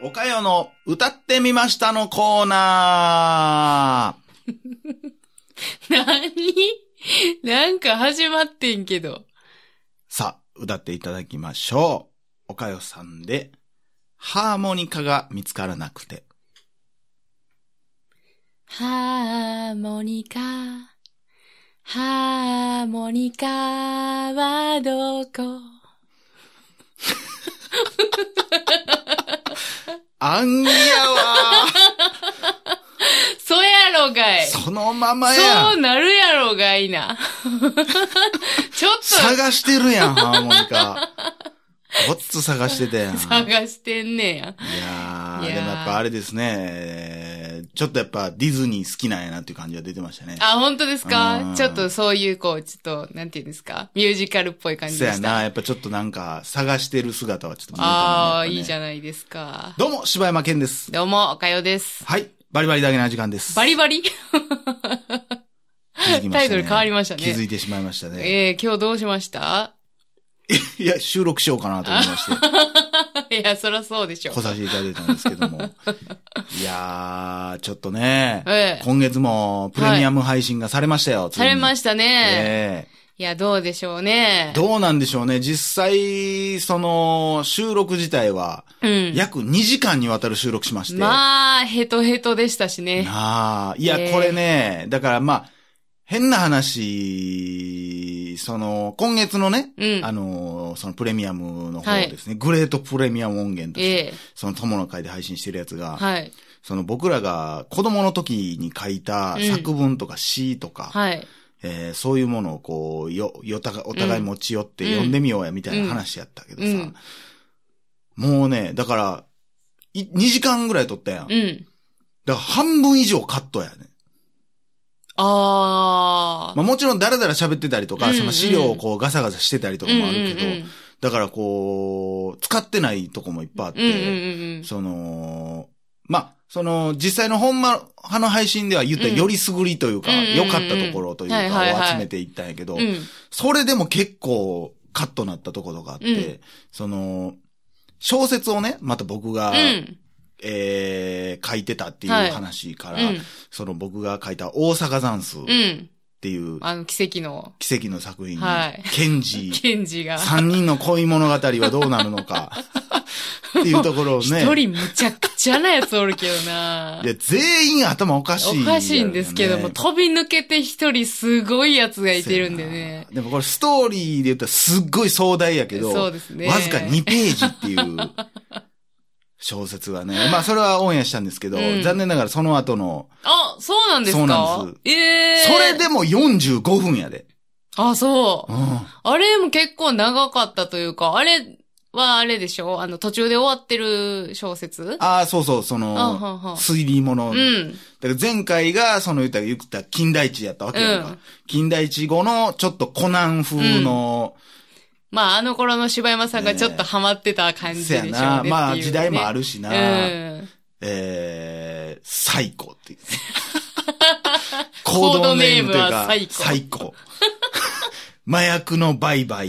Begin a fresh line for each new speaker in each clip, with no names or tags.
おかよの歌ってみましたのコーナ
なになんか始まってんけど。
ーさあ、歌っていただきましょう。おかよさんで、ハーモニカが見つからなくて。
ハーモニカ、ハーモニカはどこ
あんぎやわ
そやろがい
ーそのままや
そうなるやろがいな。 ちょっと
探してるやん、ハーモニカ。ごっつ探してたやん。いや
探してんねや。
ー、
いやー
でもやっぱあれですね、えーちょっとやっぱディズニー好きなんやなっていう感じが出てましたね。
あ、本当です
う
か
ん
ちょっとそういう、こう、ちょっと、なんていうんですかミュージカルっぽい感じ
そ
で
や
し
な、
た。
やっぱちょっとなんか探してる姿はちょっと見えたもんね
ああ、
やっぱね
いいじゃないですか。
どうも、柴山健です。
どうも、おかよです。
はい、バリバリだけな時間です。
バリバリ
気づきましたね
タイトル変わりましたね
気づいてしまいましたね。
ええ今日どうしました
いや、収録しようかなと思いまして、
いや、そらそうでしょ。
来させていただいたんですけど も。いやー、ちょっとね、
ええ
今月もプレミアム配信がされましたよ、
されま
し
した
た
ね。
え
いや、どうでしょう
え。
ね
どうなんでしょうね。実際、その、収録自体は、
うん。
約2時間にわたる収録しまして。
まあ、ヘトヘトでしたしね。
なあ。いや、
ええ
これね、だからまあ、変な話、その、今月のね、
うん
あの、そのプレミアムの方
はい
ですね、グレートプレミアム音源として、
ええ
その友の会で配信してるやつが、
はい。
その僕らが子供の時に書いた
うん
作文とか詩とか、
はい。
えーそういうものをこう、よ、よたが、お互い持ち寄って読んでみようや、みたいな話やったけどさ、
うん
もうね、だから、い2時間ぐらい撮ったやん。
う
だから
ん。
半分以上カットやね。
ああ。
まあもちろんダラダラ喋ってたりとか、
うんうん
その資料をこうガサガサしてたりとかもあるけど、
うんうんうん
だからこう、使ってないとこもいっぱいあって、
うんうんうん
その、まあ、その、実際の本間派の配信では言ったら
うん
よりすぐりというか、
うんうんうん
良かったところというか
はいはい
を
はい
集めていったんやけど、
うん。
それでも結構カットなったところがあって、
うん
その、小説をね、また僕が、
うん。
えー書いてたっていう
はい
話から、
うん。
その僕が書いた大阪算数っ
うん。
ていう
あの、奇跡の、
奇跡の作品に、
はい
ケンジ ー、
ケンジが。
三人の恋物語はどうなるの か、っていうところをね。。
一人むちゃくちゃなやつおるけどない
や、全員頭おかしい、
おかしいんですけども、飛び抜けて一人すごいやつがいてるんでね。
でもこれストーリーで言ったらすっごい壮大やけど、
そうですね。
わずか2ページっていう小説 がね、まあそれはオンエアしたんですけど、
うん
残念ながらその後の、
あ、そうなんですか。
そうなんです
ええ
それでも45分やで。
あ、そうう。
ん
あれも結構長かったというか、あれはあれでしょあの、途中で終わってる小説
ああ、そうそう、そ
あ
の、
はは。
推理物
う。ん。
だから前回が、その言ったら言ったら近代一やったわけやんか。
うん
近代一後のちょっとコナン風の、
まあ、あの頃の柴山さんがちょっとハマってた感じ
せ
でしょ
や
うね。
な、まあ時代もあ
る
るしな、
うん。
えー、最高って いう。
コードネーム
コードネーム
は
というか
最
最高。麻薬の売買。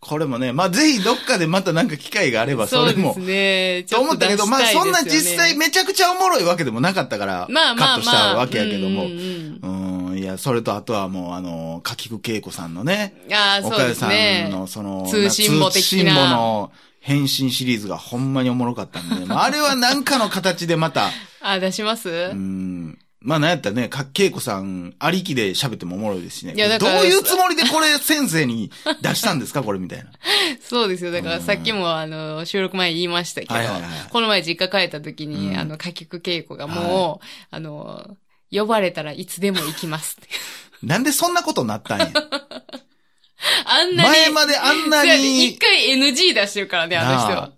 これもね、まあぜひどっかでまたなんか機会があれば、そ
そう
れ
で
も
す。ね。ち
と
ょ
思ったけど、
出
まあ
したいです
そ
よ
ん
ね
な実際、めちゃくちゃおもろいわけでもなかったから、
まあまあまあ。
カットしたわけやけども。
うんうん
うん、いや、それとあとはもう、あの、かきくけいこさんのね、
うんああ、そう
岡
で
谷
す
さ
ね
ん。のその、
通信簿的な
通信簿の変身シリーズがほんまにおもろかった んで、まあ、あれはなんかの形でまた、
あ、出します、
うん、まあなんやったらね、かっけいこさんありきで喋ってもおもろいですしね。
いやだから
どういうつもりでこれ先生に出したんです かこれみたいな。
そうですよ。だから
うん
さっきもあの、収録前に言いましたけど、
はいはいはい
この前実家帰った時に、
うん
あの、歌曲稽古がもう、あの、呼ばれたらいつでも行きますって。
なんでそんなことにな ったんや。
あんなに。
前まであんな
そうや で一
に、
回 NG 出してるからね、あの人
なあ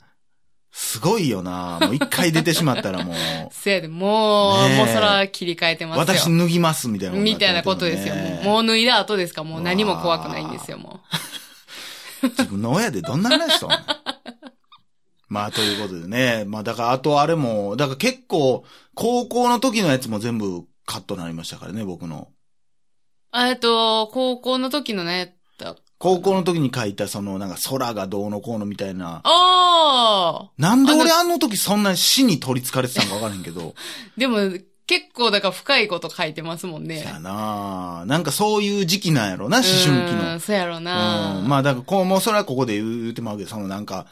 すごいよな。もう一回出てしまったらもう、
そうやで、もう、
ねえ
もうそら切り替えてますよ。
私脱ぎますみたいなことに
み
って
た
る
いなことですよ。もうもう脱いだ後ですから、もう何も怖くないんですよ、も
自分の親でどんな話したの まあ、ということでね。まあ、だから、あとあれも、だから結構、高校の時のやつも全部カットになりましたからね、僕の。
う。えっと、高校の時のね、だ
高校の時に書いたそのなんか空がどうのこうのみたいな。
あ
なんで俺あの時そんな死に取り憑かれてたのかわからへんけど。
あでも、結構だから深いこと書いてますもん ね。
やなあなんかそういう時期なんやろな、思春期の
う。んそうやろな。
うん、まあだからこう、もうそれはここで言うてまうけど、そのなんか、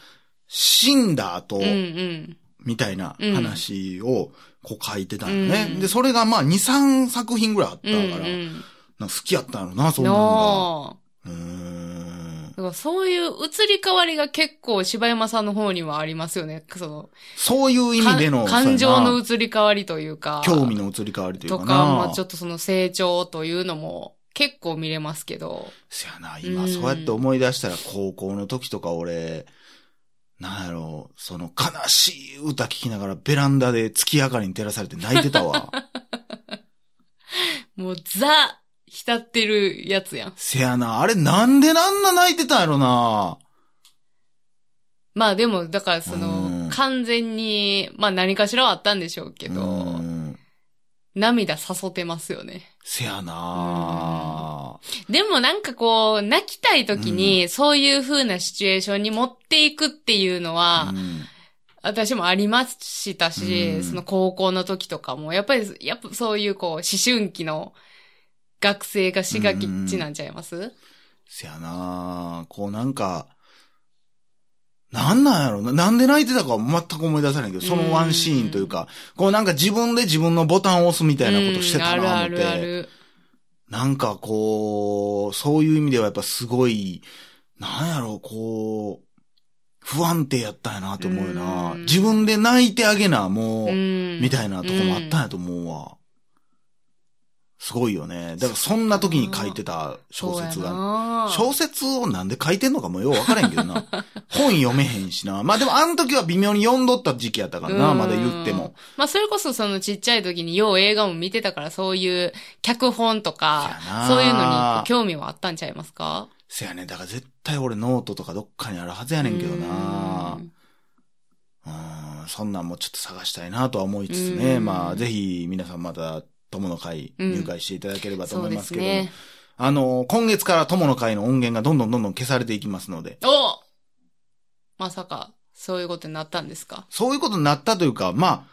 死んだ後、
うんうん。
みたいな話をこう書いてたのね。
うん
で、それがまあ2、3作品ぐらいあった
う
から、
んうん。
なんか好きやったのな、そんなんが。
なあ
うーん。
だからそういう移り変わりが結構柴山さんの方にはありますよね。その、
そういう意味での、
か感
そうやな
情の移り変わりというか。
興味の移り変わりという
と
かな。
か、まあちょっとその成長というのも結構見れますけど。
そやな、今
うん
そうやって思い出したら高校の時とか俺、なんやろう、その悲しい歌聴きながらベランダで月明かりに照らされて泣いてた わ。
もうザ、浸ってるやつやん。
せやな、あれなんでなんな泣いてたんやろな。
まあでも、だからそ
うん
の、完全に、まあ何かしらはあったんでしょうけど
う、ん
涙誘ってますよね。
せやな。
でもなんかこう、泣きたい時に、そういう風なシチュエーションに持っていくっていうのは、
うん
私もありましたし、
うん
その高校の時とかも、やっぱり、やっぱそういうこう、思春期の学生がしがきっちなんちゃいます、
せやな。こうなんか、なんなんやろな。なんで泣いてたかは全く思い出さないけど、そのワンシーンというか、こうなんか自分で自分のボタンを押すみたいなことしてたな思
うん
って。
あるあるある。
なんかこう、そういう意味ではやっぱすごい、なんやろう、こう、不安定やったんやなと思うよな。
うん
自分で泣いてあげな、もう、
うん
みたいなとこもあったんやと思うわ。すごいよね。だからそんな時に書いてた小説
そうや
が。
な
小説をなんで書いてんのかもよう分からへんけど な。本読めへんしな。まあでもあの時は微妙に読んどった時期やったからな、
うん
まだ言っても。
まあそれこそそのちっちゃい時によう映画も見てたから、そういう脚本とか
そやな、
そういうのに興味はあったんちゃいますか
せやね。だから絶対俺ノートとかどっかにあるはずやねんけどな。
うん
うーんそんなんもちょっと探したいなとは思いつつね、
うん
まあ、ぜひ皆さんまた友の会入会していただければと
そ
思
う
い
で
ます
す
けど、
ね。
あの、今月から友の会の音源がどんどんどんどん消されていきますので、
おまさか、そういうことになったんですか
そういうことになったというか、まあ、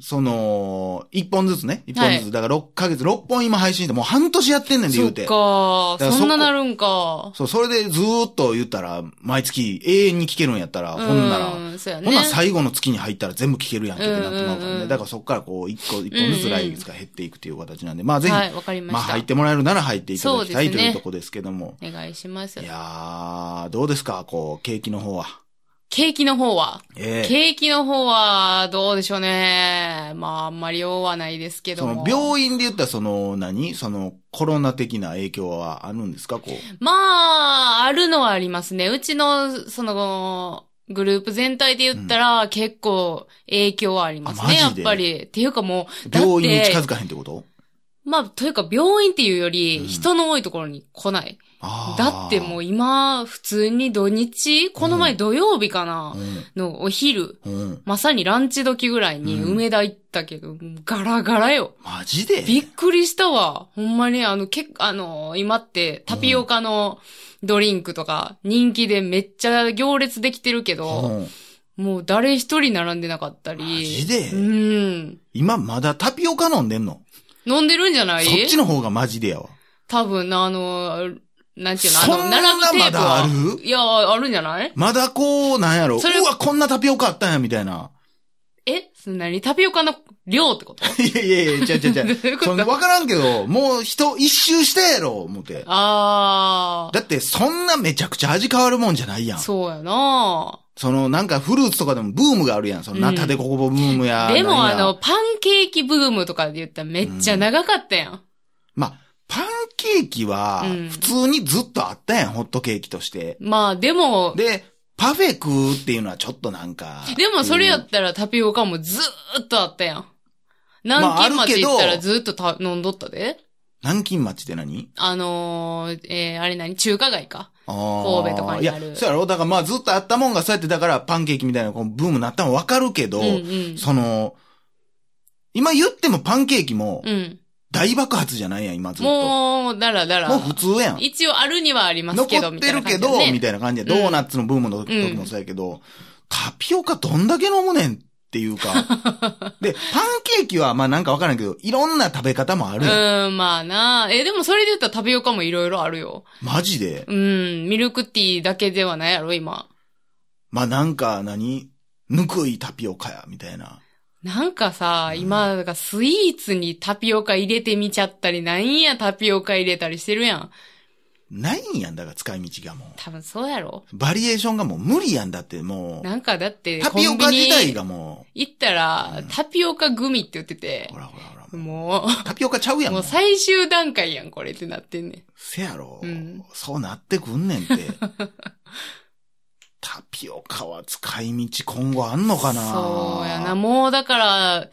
その、一本ずつね、一本ずつ、
は
だから6ヶ月、6本今配信して、もう半年やってんねんで言うて。
そっ
だから
か、
そこ
そんななるんか。
そう、それでずーっと言ったら、毎月永遠に聞けるんやったら、ほんなら、
うん、そうやね。
ほな最後の月に入ったら全部聞けるやんけってなってまうから
うんうんう
ね。
ん
だからそっからこう、一個、一本ずつ来月が減っていくという形なんで、まあぜひ、
はい、わかりま
まあ
した。
入ってもらえるなら入っていただきたい
そう
と
ですね
いうとこですけども。
お願いします
い。やー、どうですかこう、景気の方は。
ケーキの方は、
ええ
ケーキの方は、どうでしょうね。まあ、あんまり用はないですけど
その。
も
病院で言ったらその何そのコロナ的な影響はあるんですかこう。
まあ、あるのはありますね。うちの、その、グループ全体で言ったら、結構影響はあります
あマ
ね、
ジ
やっ
で
ぱり。っていうかもう、だって
病院に近づかへんってこと
まあ、というか病院っていうよ
うん
り、人の多いところに来ない。
あー
だってもう今、普通に土日この前土曜日かな、のお昼、
うん。うん。
まさにランチ時ぐらいに
うん
梅田行ったけど、もうガラガラよ。
マジで
びっくりしたわ。ほんまに、あの、けあの、今ってタピオカのドリンクとか人気でめっちゃ行列できてるけ
う
ど、
ん。
もう誰一人並んでなかったり。
マジで
うん。
今まだタピオカ飲んでんの
飲んでるんじゃない
そっちの方がマジでやわ。
多分、あの、なんていうの、あ
そ
の、
んな
並ぶテープは。
まだある
いや、あるんじゃない
まだこう、なんやろ。う
それ
わ、こんなタピオカあったんや、みたいな。
えそんなにタピオカの量ってこと
いやいやいや、ちゃ うちゃうちゃ
どう
う。
いうこ
そ
と
んなわからんけど、もう人一周したやろ、思って。
あ
だって、そんなめちゃくちゃ味変わるもんじゃないや
あ。
ん。そ
そうやな
の、なんかフルーツとかでもブームがあるやん。その、
うん
ナタデココボブームや。
でも
なん
あ
や
の、、パンケーキブームとかで言ったらめっちゃ長かったやん。
まあ、パンケーキは
うん、
普通にずっとあったやん、ホットケーキとして。
まあでも、
で、パフェ食うっていうのはちょっとなんか。
でもそれや
うん
ったらタピオカもずーっとあったやん。
まあ
南京
あるけ
町
ど
行ったらずーっとた飲んどったで。
南京町って何
あのー、えー、あれ何中華街か。
神
神戸とかにある
いや、そうやろだからまあずっとあったもんが、そうやってだからパンケーキみたいなこうブームになったのわかるけど、
うんうん。
その、今言ってもパンケーキも、
うん。
大爆発じゃないやん、今ずっと。も
もう、だらだら。
う普通やん。
一応あるにはありますけど、
残っ
み
て
たいな
る
感
け
じだ
ど、
ね。
みたいな感じで、
うん
ドーナツのブームの時もそうやけど、タピオカどんだけ飲むねんっていう か。で、パンケーキはまあなんかわからんけど、いろんな食べ方もあるやん。
うん、まあなえ、でもそれで言ったらタピオカもいろいろあるよ。
マジで。
うん、ミルクティーだけではないやろ、今。
まあなんか何、ぬくいタピオカや、みたいな。
なんかさ、
うん
今、だからスイーツにタピオカ入れてみちゃったり、なんやタピオカ入れたりしてるやん。
ないんやん、だから使い道がも
多分そうやろ。
う。バリエーションがもう無理やんだって、もう。
なんかだって、
タピオカ自体
が。
がも
行ったら
うん、
タピオカグミって言ってて
う、ほ、らほらほら。も
も
うタピオカちゃうや
う、
ん。
も
も
う
う
最終段階やん、これってなってんねん。
せやろ、
うん
そうなってくんねんって。 タピオカは使い道今後あんのかな
そうやな。。もうだから、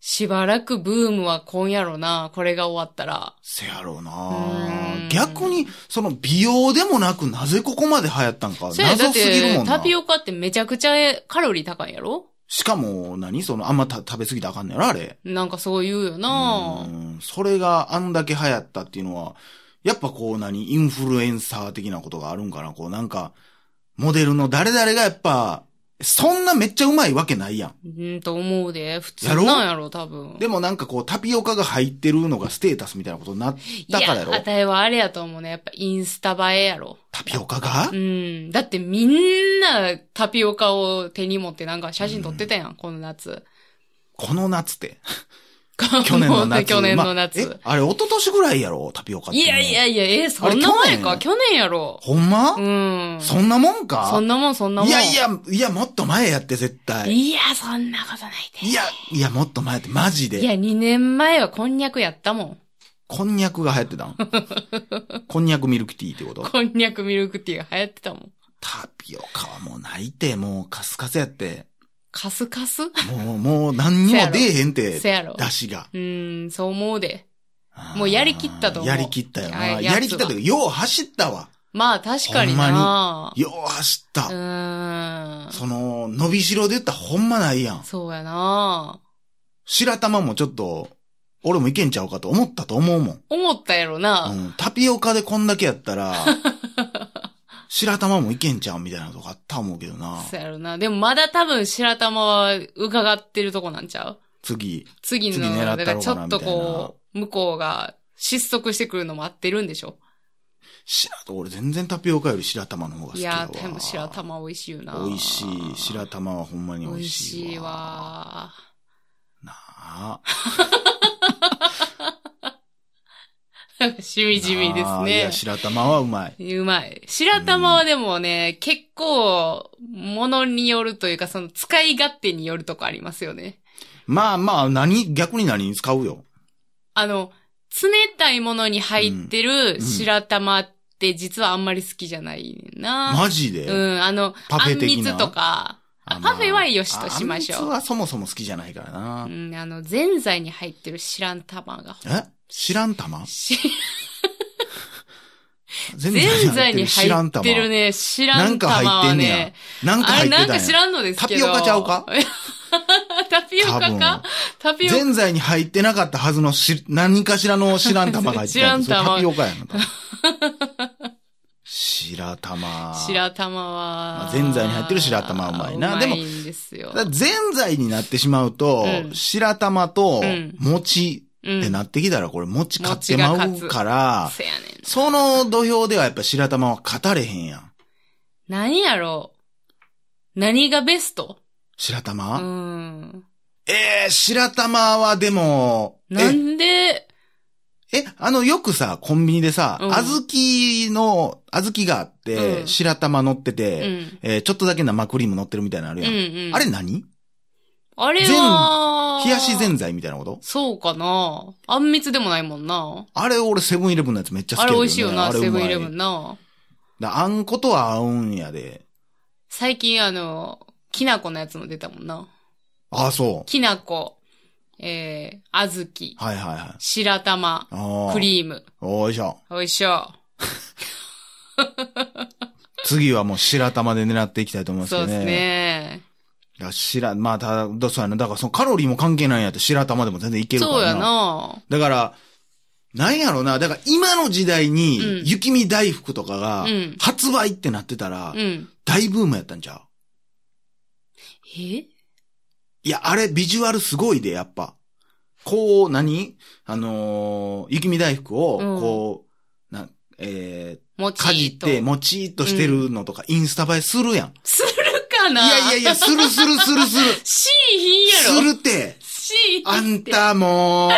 しばらくブームはこんやろな。これが終わったら。
せやろう
う
なん逆に、その美容でもなくなぜここまで流行ったんか、
そうや、だ
謎
っ
すぎるも
て、
んな。
タピオカってめちゃくちゃカロリー高いんやろ
しかも何、その、あんまた食べ過ぎたらあかんねやろ、あれ。
なんかそう言うよな
う。んそれがあんだけ流行ったっていうのは、やっぱこう何、インフルエンサー的なことがあるんかな、こうなんか、モデルの誰々がやっぱ、そんなめっちゃうまいわけないやん。
うん、と思うで。普通
やろ
なんやろ、多分。
でもなんかこう、タピオカが入ってるのがステータスみたいなことになったからやろ
いや、あたいはあれやと思うね。やっぱインスタ映えやろ。
タピオカが
うん。だってみんなタピオカを手に持ってなんか写真撮ってたやん、この夏。
この夏って。 去年の夏。
去年の
ま
夏。
あえあれ、一昨年ぐらいやろタピオカって。
いやい。やいや、えそんな前か去年やろ。
ほんま、
うん。
そんなもんか
そんなもん、そんなもん。
いやいや、いや、もっと前やって、絶対。
いや、そんなことないで。
いや、いや、もっと前やって、マジで。
いや、2年前はこんにゃくやったもん。
こんにゃくが流行ってたん こんにゃくミルクティーってこと
こんにゃくミルクティーが流行ってたもん。
タピオカはもう泣いて、もうカスカスやって。
カスカス
もう、もう何にも出えへんて
せ、やろ。
出汁が。
うーん、そう思うで。
あー
もうやりきったと思う
やりきったよ
あやつ
な。
は
やりきったというか、よう走ったわ。
まあ、確かにな。
よう走った。
うーん。
その、伸びしろで言ったらほんまないやん。
そうやな。
白玉もちょっと、俺もいけんちゃうかと思ったと思うもん。
思ったやろな。
うん、タピオカでこんだけやった ら、白玉もいけんちゃうみたいなとこあった思うけどな。
そうやろな。でもまだ多分白玉は伺ってるとこなんちゃう
次。
次
次狙っ
の、
たろうかな
だからちょっとこ
み
う、向こうが失速してくるの待ってるんでしょ。
白玉、俺全然タピオカより白玉の方が好
い
きだわ。
やー、でも白。玉美味しいよな。
美味しい。白玉はほんまに
美
美
味
味
しい
しいわ。
わ。
なあ。
なんかしみじみで
なあいや、
す
白玉はうまい。
ね。うまい。白玉はでもね、結構、ものによるというか、その使い勝手によるとこありますよね。
まあまあ、何、逆に何に使うよ。
あの、冷たいものに入ってる
ん
白玉って実はあんまり好きじゃないねんな。
マジで、
うん、あの、
パフ
あん
ェ的
み
な
つとか、あ
まあ
パフェはよしとしましょう
あんみつはそもそも好きじゃないからな
う。ん、あの、ぜんざいに入ってる白玉が。
え知らん玉
し
全
ぜんざいに入ってる
ね。
ね、知ら
なん
ん
か
玉
入って
は
んねや
ね。。
なんか
あ
入
れ
ってた
なんん
や
か知らんのですけど。
タピオカちゃうか
タピオカかタピオ
全財に入ってなかったはずのし、何かしらの知らん玉が入ってたんですよ。
知らん玉
タピオカやな。多分 白玉。
カ。白玉
まあ
は。
ぜんざいに入ってる白玉はうまいな
うまいんですよ。
だから全財になってしまうと、
うん
白玉と
うん
餅ってなってきたら、これ餅買ってま
餅
う
が
か
うん
ら、
せやねん。
その土俵ではやっぱ白玉は勝たれへんやん。
何やろう何がベスト
白
う
玉、
ん。
えー、白玉はでも、
な
え、
んで、
え、あの、よくさ、コンビニでさ、
うん
小豆の、小豆があって、
うん
白玉乗って
う
て、
ん。
えーちょっとだけ生クリーム乗ってるみたいなのある
うん
やん。
うん。
あれ何
あれは、
冷やしぜんざいみたいなこと
そうかなあんみつでもないもんな。
あれ俺セブンイレブンのやつめっちゃ好き
あ
や
れ
けど
美
ね
味しいよな、
あれうま
セ
い
ブンイレブンな。
だあんことは合うんやで。
最近あの、きなこのやつも出たもんな。
ああ、そう。
きなこ、えー、あずき、
はいはいはい。
白玉、
ああ。
クリーム。
おいしょ。
おいしょ。
次はもう白玉で狙っていきたいと思います
そ
け
う
どね。
ですね。
いや、白、まあ、ただ、そうやな。だからそのカロリーも関係ないんやって白玉でも全然いけるから
そ
な。
うやな。
だから、なんやろな。だから今の時代に
う、ん
雪見大福とかが
うん、
発売ってなってたら
う、ん。
大ブームやったんちゃう
え
いや、あれ、ビジュアルすごいで、やっぱ。こう、何あのー雪見大福を、
うん
こう、な、え
もち
ー、かじって、もちーっとしてるのとか、インスタ映えするやん。
するかない
やいやいや、するするするする。
しーひんや
す
ろ。
るって。
しーひんって。
あんたもう、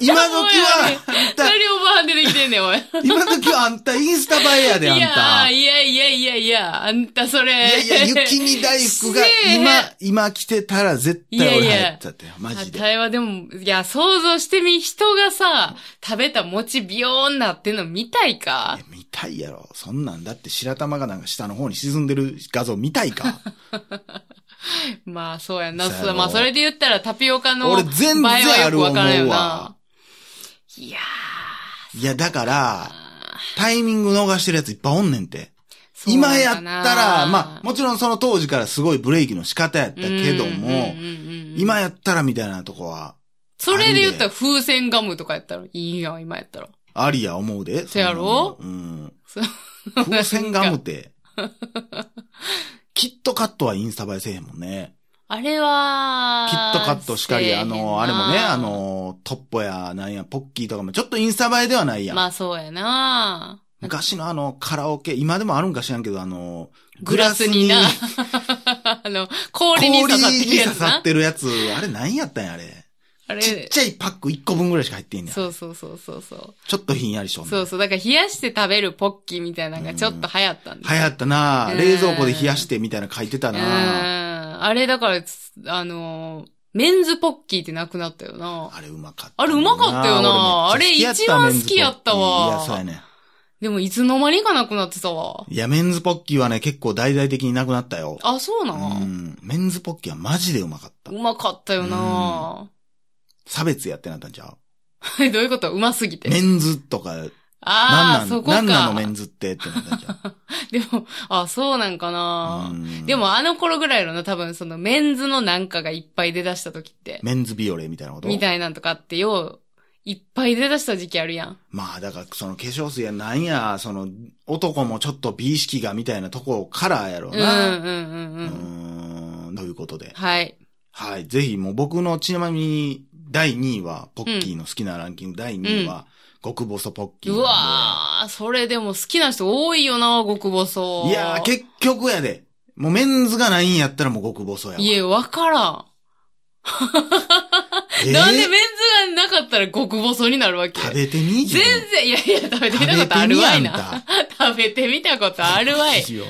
今時は、あんた
何、オバーでできてんねん、おい。
今時はあんたインスタ映えや
い
で、あん
や
た。
ー
い
いやいやいやいや、あんたそれ。
やいや、雪 見大福が
せえへん
今、今来てたら絶対俺流行ったってよ、マジ
あ
で。
たいはでも、いや、想像してみ、人がさ、食べた餅ビヨーンなってんの見たいか
いや見たいやろ。そんなんだって白玉がなんか下の方に沈んでる画像見たいか。
まあ、そうやん
そ
な。
うやろ
そうまあ、それで言ったらタピオカの
俺全然
場合はよくわからんよ
あ
な。いや
いや、だか
ー
ら、タイミング逃してるやついっぱいおんねんて。
そうな
今
の
や
か
った
な
ら、まあ、もちろんその当時からすごいブレーキの仕方やったけど
うんうん
も、
うんうん
今やったらみたいなとこは、
それで言ったら風船ガムとかやったらいいやん、今やったら。
ありや思うで。
せやろ
そんなもん
そ
うん。風船ガム って。キットカットはインスタ映えせえへんもんね。
あれは、
キットカットしか
せえ
り、
へん
あの、
な
あれもね、あ、の、トッポや、なんや、ポッキーとかも、ちょっとインスタ映えではないやん。
まあそうやな
昔のあの、カラオケ、今でもあるんか知らんけど、あの、
グラスにな、 あの、 氷に刺さって
氷
る
に
や
刺
つ
さ
な
っ。てるやつ、あれ何やったんや、あれ。
あれ、
ちっちゃいパック1個分ぐらいしか入ってんねん。ち
そうそうそうそうそう。
ょっとひんやりしょんねん
そうそう。だから冷やして食べるポッキーみたいなのがちょっと流行ったんです
流行ったな
う
ぁ
ん
冷蔵庫で冷やしてみたいなの書いてた
う
なぁ
ん。あれだから、つあのー、メンズポッキーってなくなったよな。
あれうまかった。
あれうまかったよな
俺めっちゃ好きやった
あれ一番好きやったわ
メンズポッキーいや、そうやね。
でもいつの間にかなくなってたわ。
いや、メンズポッキーはね、結構大々的になくなったよ。
あ、そうな
う
の
ん。メンズポッキーはマジでうまかった
う。まかったよな
差別やってなったんちゃ
どういうことうますぎ
う
て。
メンズとか、
あ
な
あ、
んな
そ
ん、
こか。
なんなのメンズってってなったんちゃう
でも、あ、そうなんかな、
うん
で、も あの頃ぐらいのな、多分そのメンズのなんかがいっぱい出だした時って、
メンズビオレみたいなこと
みたいなんとかあってよう、いっぱい出だした時期あるやん。
まあ、だから、その化粧水やなんや、その、男もちょっと美意識がみたいなとこからやろ
う
うん
うん
な。
う
う
んうん。
ーん。ということで。
はい。
はい。ぜひ、もう僕のちなみに、第2位は、ポッキーの好きなランキング、第2位は、極細ポッキー
う
なんで。
わー、それでも好きな人多いよな、極細。
いやー、結局やで。もうメンズがないんやったらもう極細やわ。
いや、わからん。
えー
なんでメンズがなかったら極細になるわけ
食べてみ
全然、いやいや、食べてみたことあ
食べて
る
み
わ
や
い
ん
な
た。
食べてみたことあるわい。
いよ。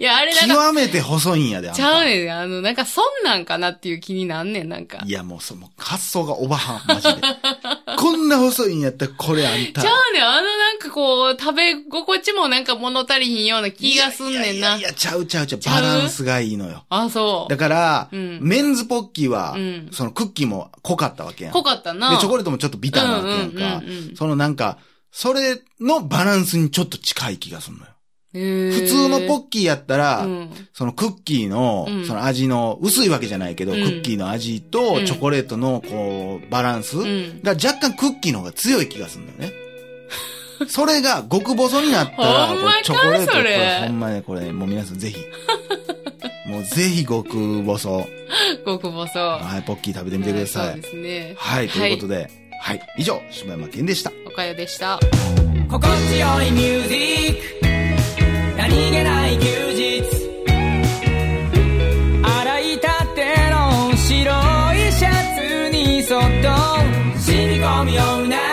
いや、あれなんか、
極めて細いんやで、あんた
ちゃうねん。あの、なんか、そんなんかなっていう気になんねん、なんか。
いや、もうそ、もう発想がおばはん、マジで。 こんな細いんやったら、これあんた。
ちゃうねん。あの、なんかこう、食べ心地もなんか物足りひんような気がすんね
い
ん
やいや。
ない
や、ちゃうちゃうちゃう。
ちゃ
バ
う
ランスがいいのよ。
あ、そ
だから、
うん
メンズポッキーは、
うん
そのクッキーも濃かったわけや
う。
ん。
濃かったな。
で、チョコ
レ
レートもちょっとビターなわけやんか。
うんうんうんうん
そのなんか、それのバランスにちょっと近い気がするのよ。普
普
通のポ
ッ
ッキーやったら、
うん。
そのクッキーの
う、ん
その味の、薄いわけじゃないけど、
うん
クッキーの味
う
と
ん
チョコレートの、こう、バランス
ん
が若干クッキーの方が強い気がするんだよね。それが極細になったら、
ほん
こ
まか
れチョコレート、こ
それ
れほんまね、これ、もう皆さんぜひ。 もうぜひ極細。
極細。
はい、ポッキー食べてみてくださ
そう
い。
ですね。
はい、ということで、はい、以上、柴山健でした。
おかよでした。
心地よいミュージック何気ない休日洗いたての白いシャツにそっと染み込むような